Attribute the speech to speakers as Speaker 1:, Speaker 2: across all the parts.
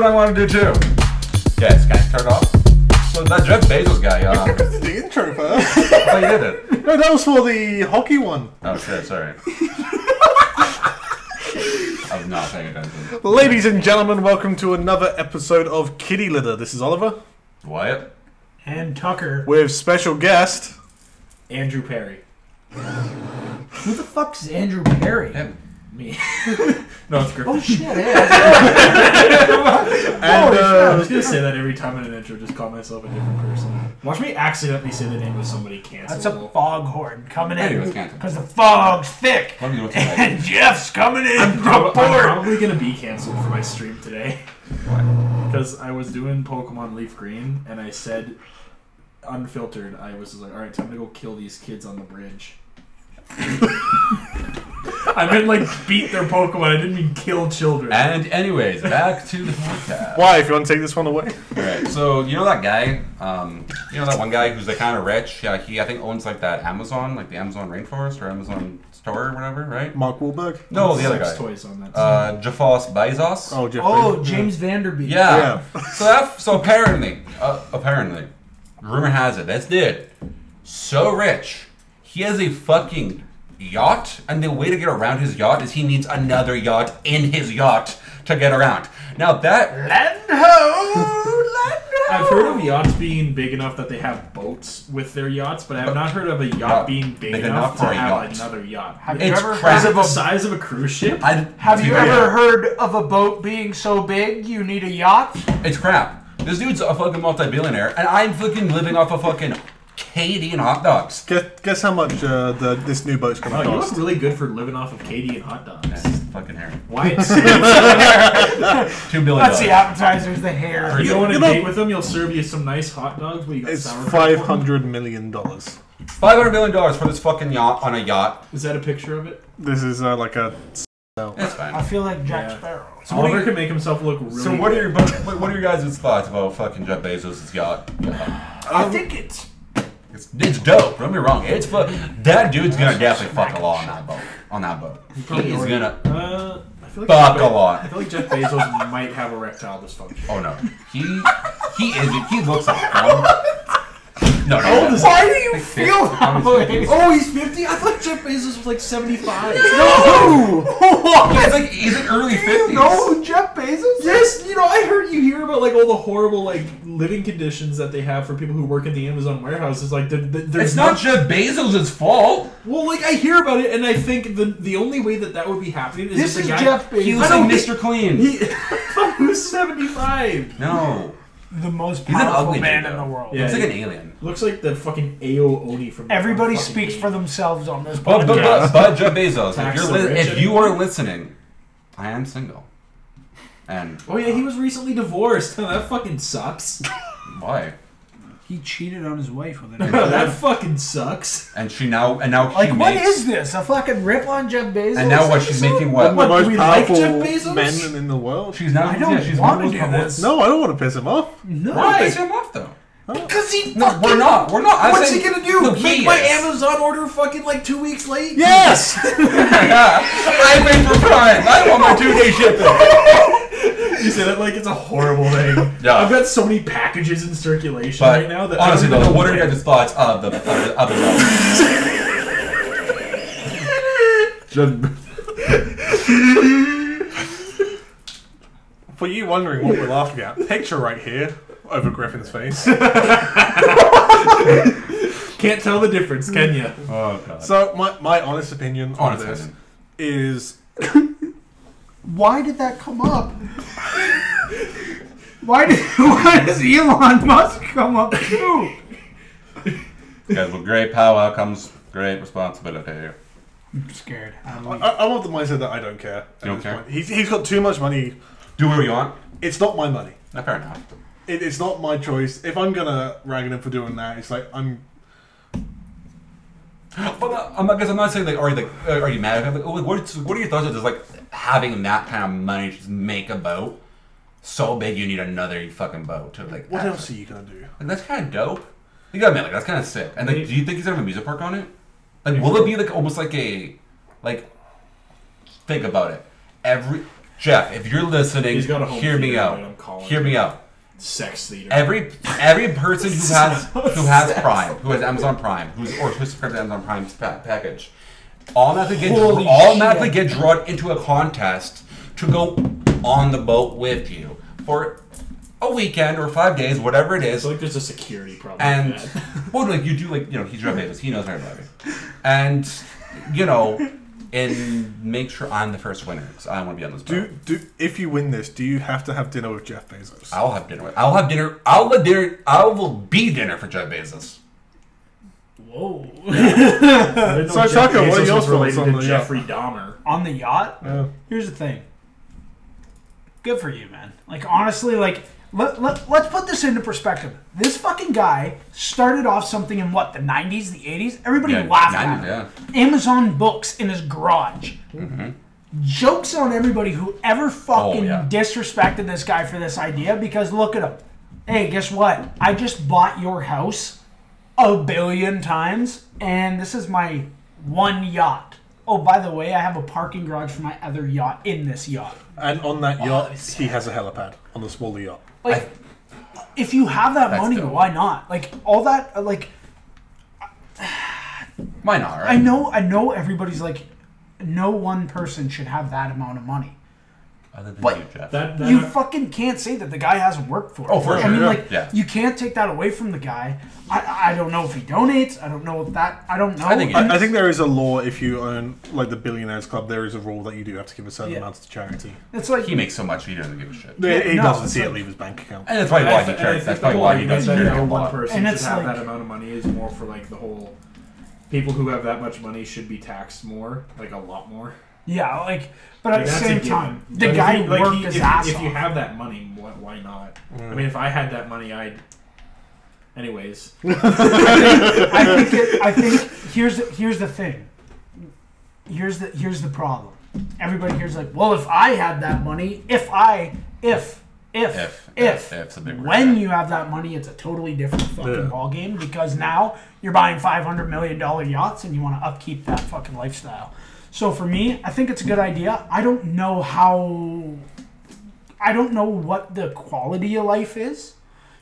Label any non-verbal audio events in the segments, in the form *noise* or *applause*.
Speaker 1: what I want to do too. Yes, guys, turn it off. So that Jeff Bezos guy, uh, *laughs*
Speaker 2: Because of the intro first.
Speaker 1: I thought you did it.
Speaker 2: *laughs* no, that was for the hockey one.
Speaker 1: Oh shit, *laughs* sorry. I was not paying attention.
Speaker 2: Ladies and gentlemen, welcome to another episode of Kitty Litter. This is Oliver
Speaker 1: Wyatt.
Speaker 3: and Tucker
Speaker 2: with special guest.
Speaker 3: Andrew Perry. Who the fuck's Andrew Perry?
Speaker 1: Him.
Speaker 3: Me. no, it's Griffin.
Speaker 4: Oh shit! Yeah,
Speaker 2: And
Speaker 3: *laughs* I
Speaker 2: uh,
Speaker 3: was gonna say that every time in an intro, just call myself a different person. Watch me accidentally say the name of somebody
Speaker 4: that's a
Speaker 3: cancelable.
Speaker 4: foghorn coming
Speaker 1: Hey,
Speaker 4: in
Speaker 1: it's canceled.
Speaker 4: because the fog's thick,
Speaker 1: Let me know what's
Speaker 4: and
Speaker 1: happening.
Speaker 4: Jeff's coming in
Speaker 3: Prob-
Speaker 4: from
Speaker 3: I'm
Speaker 4: port.
Speaker 3: probably gonna be canceled for my stream today because I was doing Pokemon Leaf Green and I said, unfiltered, I was like, all right, time to go kill these kids on the bridge. *laughs* I meant like beat their Pokemon. I didn't mean kill
Speaker 1: *laughs*
Speaker 3: children.
Speaker 1: And anyways, back to the podcast.
Speaker 2: why? If you want to take this one away,
Speaker 1: Alright, so you know that guy, um, you know that one guy who's like kind of rich. Yeah, he I think owns like that Amazon, like the Amazon rainforest or Amazon store or whatever, right?
Speaker 2: Mark Wahlberg.
Speaker 1: No, the other
Speaker 3: Sex
Speaker 1: guy,
Speaker 3: toys on that.
Speaker 1: uh, Jafos Bezos.
Speaker 2: Oh, Jeff.
Speaker 4: Oh,
Speaker 2: Bezos.
Speaker 4: James Vanderbeek.
Speaker 1: Yeah.
Speaker 2: Yeah.
Speaker 1: so that, so apparently, uh, apparently, rumor has it this dude so rich, he has a fucking yacht, and the way to get around his yacht is he needs another yacht in his yacht to get around. Now that
Speaker 4: Land ho, land ho.
Speaker 3: I've heard of yachts being big enough that they have boats with their yachts, but I have not heard of a yacht
Speaker 1: Yacht.
Speaker 3: being big,
Speaker 1: Big enough
Speaker 3: enough,
Speaker 1: for a
Speaker 3: to have
Speaker 1: yacht.
Speaker 3: another yacht.
Speaker 4: Have
Speaker 3: Is
Speaker 4: you
Speaker 1: It's
Speaker 4: ever
Speaker 1: crap.
Speaker 4: heard
Speaker 3: it
Speaker 4: of
Speaker 3: the
Speaker 4: a?
Speaker 3: size of a cruise ship?
Speaker 1: I
Speaker 4: Have
Speaker 1: to
Speaker 4: you
Speaker 1: be fair,
Speaker 4: ever heard of a boat being so big you need a yacht?
Speaker 1: It's crap. This dude's a fucking multi-billionaire, and I'm fucking living off of fucking KD and hot dogs.
Speaker 2: Guess, guess how much uh, the, this new boat's
Speaker 3: oh,
Speaker 2: gonna
Speaker 3: you look
Speaker 2: cost?
Speaker 3: really good for living off of Katie and hot dogs.
Speaker 1: That's fucking hair.
Speaker 3: Why?
Speaker 1: Two billion.
Speaker 4: That's the appetizers, the hair.
Speaker 1: Pretty-
Speaker 3: you don't want
Speaker 2: You
Speaker 3: to
Speaker 2: know-
Speaker 3: date with them? You'll serve you some nice hot dogs, but you got
Speaker 2: It's
Speaker 3: sour
Speaker 2: five
Speaker 3: cream.
Speaker 2: hundred million dollars.
Speaker 1: Five hundred million dollars for this fucking yacht on a yacht.
Speaker 3: Is that a picture of it?
Speaker 2: This is uh, like a.
Speaker 1: That's
Speaker 4: I
Speaker 1: fine.
Speaker 4: feel like Jack
Speaker 3: Yeah.
Speaker 4: Sparrow.
Speaker 3: So
Speaker 1: what
Speaker 3: Oliver
Speaker 1: do you-
Speaker 3: can make himself look really.
Speaker 1: So what are
Speaker 3: good.
Speaker 1: your what, what are your guys' thoughts about fucking Jeff Bezos' yacht?
Speaker 4: I think it's
Speaker 1: It's, it's dope. Don't be wrong. It's fu- that dude's gonna definitely fuck a lot on that boat. On that boat, he is
Speaker 3: already-
Speaker 1: gonna
Speaker 3: Uh, I feel like
Speaker 1: fuck
Speaker 3: Jeff
Speaker 1: a
Speaker 3: Be- I
Speaker 1: lot.
Speaker 3: feel like Jeff Bezos might have erectile dysfunction.
Speaker 1: Oh no, he he is he looks like him. No, no, no.
Speaker 4: Why do you feel that
Speaker 1: *laughs*
Speaker 4: way?
Speaker 1: Obviously.
Speaker 3: Oh, he's 50? I thought Jeff Bezos was like 75.
Speaker 1: He's like he's like early fifties.
Speaker 4: who Jeff Bezos
Speaker 3: Yes, you know, I heard you hear about like all the horrible like living conditions that they have for people who work in the Amazon warehouses. Like, there, there- there's
Speaker 1: It's not Jeff Bezos' fault.
Speaker 3: Well, like I hear about it, and I think the the only way that that would be happening is
Speaker 4: This
Speaker 3: if
Speaker 4: is
Speaker 3: the guy,
Speaker 4: Jeff Bezos.
Speaker 1: He looks
Speaker 3: I
Speaker 1: like
Speaker 3: don't
Speaker 1: Mr. Clean.
Speaker 3: He, *laughs* who's seventy five?
Speaker 1: no,
Speaker 4: the most
Speaker 1: He's an
Speaker 4: powerful
Speaker 1: ugly
Speaker 4: man
Speaker 1: dude,
Speaker 4: in
Speaker 1: though.
Speaker 4: the world.
Speaker 3: Yeah.
Speaker 1: he's like an alien.
Speaker 3: Looks like the fucking Ao Oni from.
Speaker 4: Everybody
Speaker 3: fucking
Speaker 4: speaks
Speaker 3: game.
Speaker 4: for themselves on this podcast.
Speaker 1: But but but, but Jeff Bezos, if
Speaker 3: Tax
Speaker 1: you're
Speaker 3: the
Speaker 1: li-
Speaker 3: rich
Speaker 1: if
Speaker 3: and-
Speaker 1: you are listening, I am single, and
Speaker 3: Oh yeah, he was recently divorced. *laughs* that fucking sucks. *laughs*
Speaker 1: why?
Speaker 4: he cheated on his wife
Speaker 1: *laughs*
Speaker 4: with
Speaker 3: No, that fucking sucks.
Speaker 1: And she now and now
Speaker 4: like,
Speaker 1: she
Speaker 4: what
Speaker 1: makes,
Speaker 4: is this? A fucking rip on Jeff Bezos?
Speaker 1: and now what she's
Speaker 4: episode?
Speaker 1: making
Speaker 2: One of
Speaker 1: what?
Speaker 2: the
Speaker 3: What, do
Speaker 2: most
Speaker 3: we like
Speaker 2: powerful
Speaker 3: Jeff Bezos?
Speaker 2: men in the world.
Speaker 1: She's now
Speaker 4: I don't
Speaker 1: yeah, she's
Speaker 4: want to
Speaker 1: one
Speaker 4: do
Speaker 1: of those-
Speaker 4: this.
Speaker 2: No, I don't want to piss him off.
Speaker 4: No.
Speaker 1: We're not pissing him off though.
Speaker 4: Because he
Speaker 1: No,
Speaker 4: fucking-
Speaker 1: we're not. We're not. I'm
Speaker 3: What's
Speaker 1: saying,
Speaker 3: he gonna do?
Speaker 1: No, he
Speaker 3: Make my
Speaker 1: is. *laughs*
Speaker 3: Amazon order fucking like two weeks late?
Speaker 2: Yes.
Speaker 1: Yeah. I paid for Prime. I want my two day shipping.
Speaker 3: You said it like it's a horrible thing.
Speaker 1: Yeah.
Speaker 3: I've got so many packages in circulation
Speaker 1: But
Speaker 3: right now that
Speaker 1: honestly
Speaker 3: I don't
Speaker 1: though,
Speaker 3: even
Speaker 1: what are
Speaker 3: know
Speaker 1: your guys' thoughts of the of the, of the novel?
Speaker 2: *laughs* For you wondering what we're laughing at, picture right here over Griffin's face.
Speaker 3: Can't tell the difference,
Speaker 5: Mm.
Speaker 3: can you?
Speaker 1: Oh god.
Speaker 2: so my, my honest opinion on
Speaker 1: Honest
Speaker 2: this
Speaker 1: opinion.
Speaker 2: is
Speaker 4: Why did that come up? why did *laughs* why does Elon Musk come up too?
Speaker 1: Guys, with great power comes great responsibility.
Speaker 4: I'm scared. I'm
Speaker 2: I,
Speaker 4: like,
Speaker 2: I'm of the mindset that I don't care. at
Speaker 1: You don't
Speaker 2: this
Speaker 1: care?
Speaker 2: point. He's, he's got too much money.
Speaker 1: Do what you want.
Speaker 2: It's not my money.
Speaker 1: Not fair enough.
Speaker 2: It, it's not my choice. If I'm gonna rag on him for doing that, it's like I'm.
Speaker 1: But uh, I'm, I guess I'm not saying like are you like uh, are you mad at him? Like, oh, what, what are your thoughts on just like having that kind of money to just make a boat so big you need another fucking boat to like.
Speaker 2: What
Speaker 1: act-
Speaker 2: else are you gonna do?
Speaker 1: Like that's kind of dope. You gotta admit, like that's kind of sick. And like, do
Speaker 3: Maybe-
Speaker 1: you think he's gonna have a music park on it? Like, will it be like almost like a like? Think about it. Every Jeff, if you're listening,
Speaker 3: He's got a home
Speaker 1: hear me
Speaker 3: theater,
Speaker 1: out.
Speaker 3: but I'm calling
Speaker 1: Hear me
Speaker 3: it.
Speaker 1: out.
Speaker 3: Sex theater.
Speaker 1: Every every person
Speaker 5: *laughs*
Speaker 1: who has who has Prime, who has Amazon Prime, who's or who subscribes to Amazon Prime's pa- package, automatically get
Speaker 5: Holy
Speaker 1: automatically
Speaker 5: shit.
Speaker 1: get drawn into a contest to go on the boat with you for a weekend or five days, whatever it
Speaker 3: I
Speaker 1: is.
Speaker 3: feel like there's a security problem.
Speaker 1: and
Speaker 3: with
Speaker 5: *laughs*
Speaker 3: that.
Speaker 1: well, like you do, like you know, he's Jeff Davis, he knows everybody, and you know, and make sure I'm the first winner because I want to be on this boat.
Speaker 2: Do do if you win this, do you have to have dinner with Jeff Bezos?
Speaker 1: I'll have dinner. with- I'll have dinner. I'll have dinner. I will be dinner for Jeff Bezos.
Speaker 5: Whoa.
Speaker 3: I didn't know
Speaker 2: So,
Speaker 3: Jeff
Speaker 2: Tucker, what are
Speaker 3: Bezos
Speaker 2: your
Speaker 3: was related
Speaker 2: thoughts on
Speaker 3: to
Speaker 2: the-
Speaker 3: Jeffrey Dahmer?
Speaker 5: On the yacht?
Speaker 1: Uh,
Speaker 2: Yeah.
Speaker 5: Here's the thing. Good for you, man. Like honestly, like let, let, let's put this into perspective. This fucking guy started off something in what, the 90s, the 80s? Everybody
Speaker 1: Yeah,
Speaker 5: laughed
Speaker 1: 90s,
Speaker 5: at him. Amazon books in his garage. Jokes on everybody who ever fucking
Speaker 1: Oh, yeah.
Speaker 5: disrespected this guy for this idea because look at him. Hey, guess what? I just bought your house a billion times, and this is my one yacht. Oh, by the way, I have a parking garage for my other yacht in this yacht.
Speaker 2: And on that yacht, he has a helipad on the smaller yacht.
Speaker 5: Like, if you have that
Speaker 1: That's
Speaker 5: money,
Speaker 1: dope.
Speaker 5: why not? Like, all that, uh, like,
Speaker 1: Why not? Right?
Speaker 5: I know, I know everybody's like, no one person should have that amount of money.
Speaker 1: Other than
Speaker 5: But-
Speaker 1: you, Jeff.
Speaker 3: That, that *laughs*
Speaker 5: You fucking can't say that the guy hasn't worked for it.
Speaker 1: Oh, for
Speaker 5: I
Speaker 1: sure,
Speaker 5: mean,
Speaker 1: yeah.
Speaker 5: like,
Speaker 1: Yeah.
Speaker 5: you can't take that away from the guy. I, I don't know if he donates. I don't know if that, I don't know.
Speaker 1: I think he
Speaker 2: I think there is a law if you own like the Billionaires Club, there is a rule that you do have to give a certain
Speaker 5: Yeah.
Speaker 2: amount to charity.
Speaker 5: it's like,
Speaker 1: he makes so much he doesn't give a shit.
Speaker 2: He- he
Speaker 5: no,
Speaker 2: doesn't
Speaker 5: it's
Speaker 2: see it
Speaker 5: like-
Speaker 2: leave his bank account.
Speaker 1: And that's probably
Speaker 3: I
Speaker 1: why
Speaker 3: th-
Speaker 1: he
Speaker 3: and I
Speaker 1: charity.
Speaker 3: think
Speaker 1: That's
Speaker 3: the
Speaker 1: probably
Speaker 3: whole
Speaker 1: why he
Speaker 3: argument
Speaker 1: doesn't
Speaker 3: that
Speaker 1: drink a
Speaker 3: no one
Speaker 1: lot.
Speaker 3: person
Speaker 5: And
Speaker 3: should
Speaker 5: it's
Speaker 3: have
Speaker 5: like-
Speaker 3: that amount of money is more for like the whole people who have that much money should be taxed more, like a lot more.
Speaker 5: yeah, like, but at
Speaker 3: Like,
Speaker 5: the
Speaker 3: that's a
Speaker 5: same
Speaker 3: given.
Speaker 5: time, the
Speaker 3: But if
Speaker 5: guy
Speaker 3: you- like,
Speaker 5: worked
Speaker 3: he-
Speaker 5: his
Speaker 3: if,
Speaker 5: ass
Speaker 3: If
Speaker 5: off.
Speaker 3: you have that money, why, why not? I mean, if I had that money, I'd. Anyways,
Speaker 5: I think it, I think here's the, here's the thing. Here's the here's the problem. Everybody here's like, well, if I had that money, if I if if
Speaker 1: If, if,
Speaker 5: if,
Speaker 1: if's a big word,
Speaker 5: when
Speaker 1: yeah.
Speaker 5: you have that money, it's a totally different fucking
Speaker 2: Yeah.
Speaker 5: ball game because now you're buying five hundred million dollar yachts and you want to upkeep that fucking lifestyle. So for me, I think it's a good idea. I don't know how. I don't know what the quality of life is.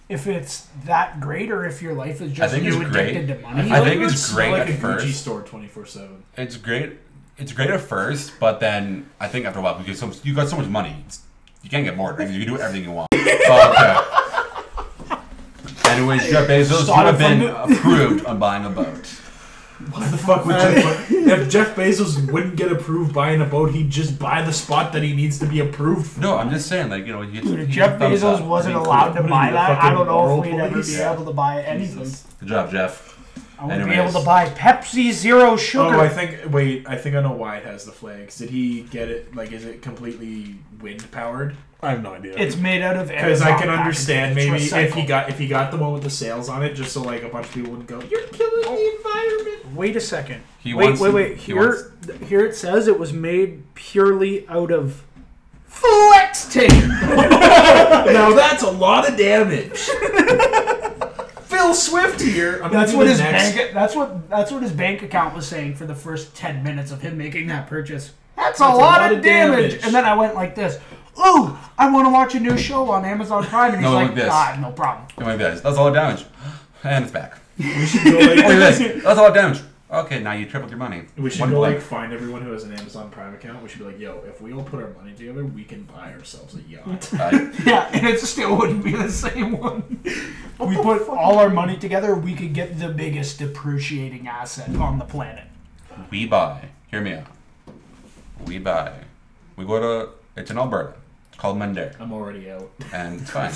Speaker 5: If it's that great, or if your life is just
Speaker 1: think
Speaker 5: you
Speaker 1: it's
Speaker 5: addicted
Speaker 1: great.
Speaker 5: to money.
Speaker 1: I
Speaker 3: feel
Speaker 1: think
Speaker 3: it would
Speaker 1: it's
Speaker 3: smell
Speaker 1: great at
Speaker 3: Like a Gucci
Speaker 1: first.
Speaker 3: store, twenty four seven.
Speaker 1: It's great. It's great at first, but then I think after a while, because so, you got so much money, it's, you can't get bored. Right? You can do everything you
Speaker 3: *laughs*
Speaker 1: want. oh, okay. Anyways, Jeff Bezos, you
Speaker 5: Start
Speaker 1: have
Speaker 5: a fund-
Speaker 1: been approved on buying a boat.
Speaker 3: Why the fuck would
Speaker 1: *laughs*
Speaker 3: Jeff? if Jeff Bezos wouldn't get approved buying a boat, he'd just buy the spot that he needs to be approved for.
Speaker 1: No, I'm just saying, like you know, you,
Speaker 5: Dude, if Jeff Bezos wasn't allowed to
Speaker 3: What are
Speaker 5: buy
Speaker 3: you, the
Speaker 5: that, I
Speaker 3: fucking
Speaker 5: don't know
Speaker 3: moral
Speaker 5: if we'd ever
Speaker 3: police?
Speaker 5: be able to buy anything.
Speaker 3: Jesus.
Speaker 1: Good job, Jeff.
Speaker 5: I wouldn't be
Speaker 1: Anyways.
Speaker 5: able to buy Pepsi Zero Sugar.
Speaker 3: Oh, I think. Wait, I think I know why it has the flags. Did he get it? Like, is it completely wind powered?
Speaker 2: I have no idea.
Speaker 5: it's made out of
Speaker 3: Because I
Speaker 5: Amazon
Speaker 3: can understand
Speaker 5: packages.
Speaker 3: maybe
Speaker 5: It's
Speaker 3: if he
Speaker 5: recycled.
Speaker 3: got if he got the one with the sails on it, just so like a bunch of people wouldn't go, "You're killing the
Speaker 5: Oh.
Speaker 3: environment."
Speaker 5: Wait a second.
Speaker 1: He
Speaker 5: wait,
Speaker 1: wants
Speaker 5: wait,
Speaker 1: to-
Speaker 5: wait.
Speaker 1: he
Speaker 5: Here, here it says it was made purely out of flex tape.
Speaker 3: now that's a lot
Speaker 5: *laughs*
Speaker 3: of damage. Phil Swift here. I'm
Speaker 5: That's
Speaker 3: gonna do
Speaker 5: what
Speaker 3: the
Speaker 5: his
Speaker 3: next-
Speaker 5: bank. That's what. That's what his bank account was saying for the first ten minutes of him making that purchase. That's, a, lot of damage.
Speaker 3: damage.
Speaker 5: And then I went like this. Ooh, I want to watch a new show on Amazon Prime, and he's
Speaker 1: No, like
Speaker 5: like,
Speaker 1: this.
Speaker 5: ah, no problem. *laughs*
Speaker 1: And like this, that's all damage, *gasps* and it's back.
Speaker 3: We
Speaker 5: *laughs*
Speaker 3: should go
Speaker 5: Oh,
Speaker 1: Look at
Speaker 3: like,
Speaker 1: this, that's all damage. Okay, now you tripled your
Speaker 3: *laughs*
Speaker 1: money.
Speaker 3: we should
Speaker 1: One
Speaker 3: go
Speaker 1: blank.
Speaker 3: like find everyone who has an Amazon Prime account. We should be like, "Yo, if we all put our money together, we can buy ourselves a
Speaker 5: *laughs*
Speaker 3: yacht."
Speaker 1: Right.
Speaker 5: Yeah, and it still wouldn't be the same *laughs* one. we put all our money together, we could get the biggest depreciating asset on the planet.
Speaker 1: We buy. Hear me out. We buy. We go to. It's in Alberta. It's called Mundare,
Speaker 3: I'm already out.
Speaker 1: and it's fine.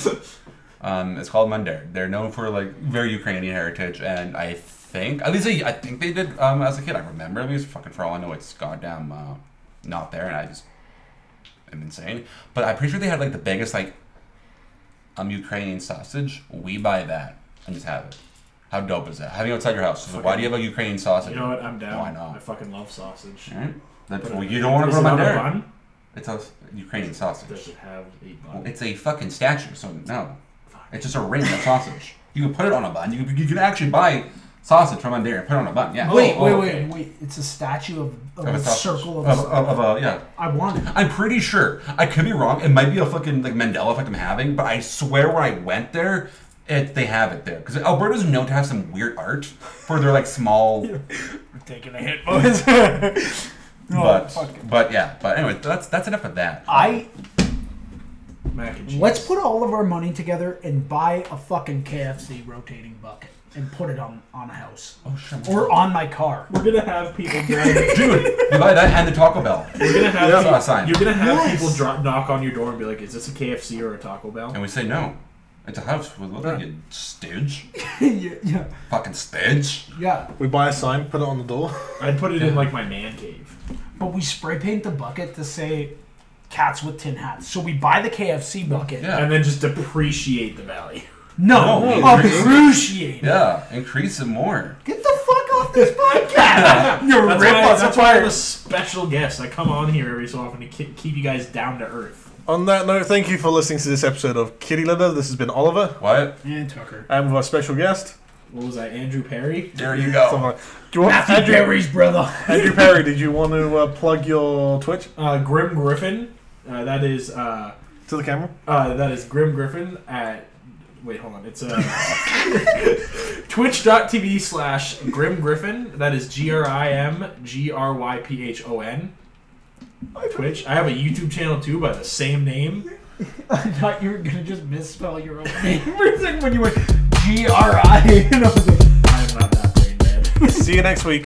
Speaker 1: um, it's called Mundare. They're known for like very Ukrainian heritage, and I think at least I, I think they did um, as a kid. I remember at least. Fucking for all I know, it's goddamn uh, not there, and I just am insane. But I'm pretty sure they had like the biggest like um Ukrainian sausage. We buy that and just have it. How dope is that? Having it outside your house. So why do you have a Ukrainian sausage?
Speaker 3: You know what? I'm down.
Speaker 1: Why not?
Speaker 3: I fucking love sausage.
Speaker 1: Alright. That's,
Speaker 3: But
Speaker 1: well,
Speaker 3: it-
Speaker 1: you don't want to go
Speaker 3: is
Speaker 1: to
Speaker 3: it on a
Speaker 1: Mondaire.
Speaker 3: bun?
Speaker 1: It's a Ukrainian
Speaker 3: Does
Speaker 1: sausage.
Speaker 3: it have a
Speaker 1: Well,
Speaker 3: bun?
Speaker 1: it's a fucking statue, so no. It's just a ring of sausage. You can put it on a bun. You can, you can actually buy sausage from under and put it on a bun. Yeah.
Speaker 5: Wait,
Speaker 3: Oh,
Speaker 5: wait,
Speaker 3: oh,
Speaker 5: wait,
Speaker 3: okay.
Speaker 5: wait. It's a statue of, of
Speaker 1: Of
Speaker 5: a
Speaker 1: a sausage.
Speaker 5: circle
Speaker 1: Of,
Speaker 5: of, a
Speaker 1: of, of a yeah.
Speaker 5: I want it.
Speaker 1: I'm pretty sure. I could be wrong. It might be a fucking like Mandela effect I'm having, but I swear when I went there, it they have it there because Alberta's known to have some weird art for their like
Speaker 5: *laughs*
Speaker 1: small.
Speaker 5: We're taking a hit, *laughs* boys. no,
Speaker 1: but
Speaker 5: Oh, fuck it. Ah.
Speaker 1: but yeah. But anyway, that's that's enough of that.
Speaker 5: I
Speaker 3: Mac and cheese.
Speaker 5: let's put all of our money together and buy a fucking KFC rotating bucket and put it on on a house
Speaker 1: oh shit.
Speaker 5: or on my car.
Speaker 3: We're gonna have people drive.
Speaker 1: Dude, you buy that and the Taco Bell.
Speaker 3: We're
Speaker 5: *laughs*
Speaker 3: gonna have
Speaker 1: That's
Speaker 3: people,
Speaker 1: not a sign.
Speaker 3: you're gonna have
Speaker 5: Yes.
Speaker 3: people dro- knock on your door and be like, "Is this a KFC or a Taco Bell?"
Speaker 1: And we say no. It's a house. We're looking at stooge.
Speaker 5: yeah, yeah,
Speaker 1: Fucking stooge.
Speaker 5: yeah.
Speaker 2: We buy a sign, put it on the door.
Speaker 3: I'd put it in like my man cave.
Speaker 5: But we spray paint the bucket to say cats with tin hats. So we buy the KFC bucket.
Speaker 1: Yeah.
Speaker 3: and then just depreciate the *laughs* valley.
Speaker 5: No,
Speaker 1: No, we-
Speaker 5: appreciate. it.
Speaker 1: Yeah, increase it more.
Speaker 5: Get the fuck off this podcast. You're
Speaker 3: That's
Speaker 5: rip
Speaker 3: why,
Speaker 5: us
Speaker 3: that's why I'm a
Speaker 5: apart.
Speaker 3: special guest. I come on here every so often to ki- keep you guys down to earth.
Speaker 2: *laughs* On that note, thank you for listening to this episode of Kitty Litter. This has been Oliver.
Speaker 1: What?
Speaker 5: And Tucker.
Speaker 2: And with our special guest,
Speaker 3: What was I, Andrew Perry?
Speaker 1: There you
Speaker 2: someone
Speaker 1: go.
Speaker 2: like, do you want
Speaker 5: Matthew
Speaker 2: Andrew,
Speaker 5: Berry's brother.
Speaker 2: Andrew Perry? Did you want to uh, plug your Twitch
Speaker 3: Uh, Grim Griffin. Uh, that is uh,
Speaker 2: to the *laughs* camera?
Speaker 3: uh, that is Grim Griffin at. Wait, hold on. It's uh, *laughs* twitch.tv slash Grim Griffin. That is G R I M G R Y P H O N. Twitch. I have a YouTube channel too by the same name.
Speaker 5: I thought you were gonna just misspell your own name *laughs* for a second when you went G R I, *laughs* and I was like,
Speaker 3: I'm not that brain dead.
Speaker 2: See you next week.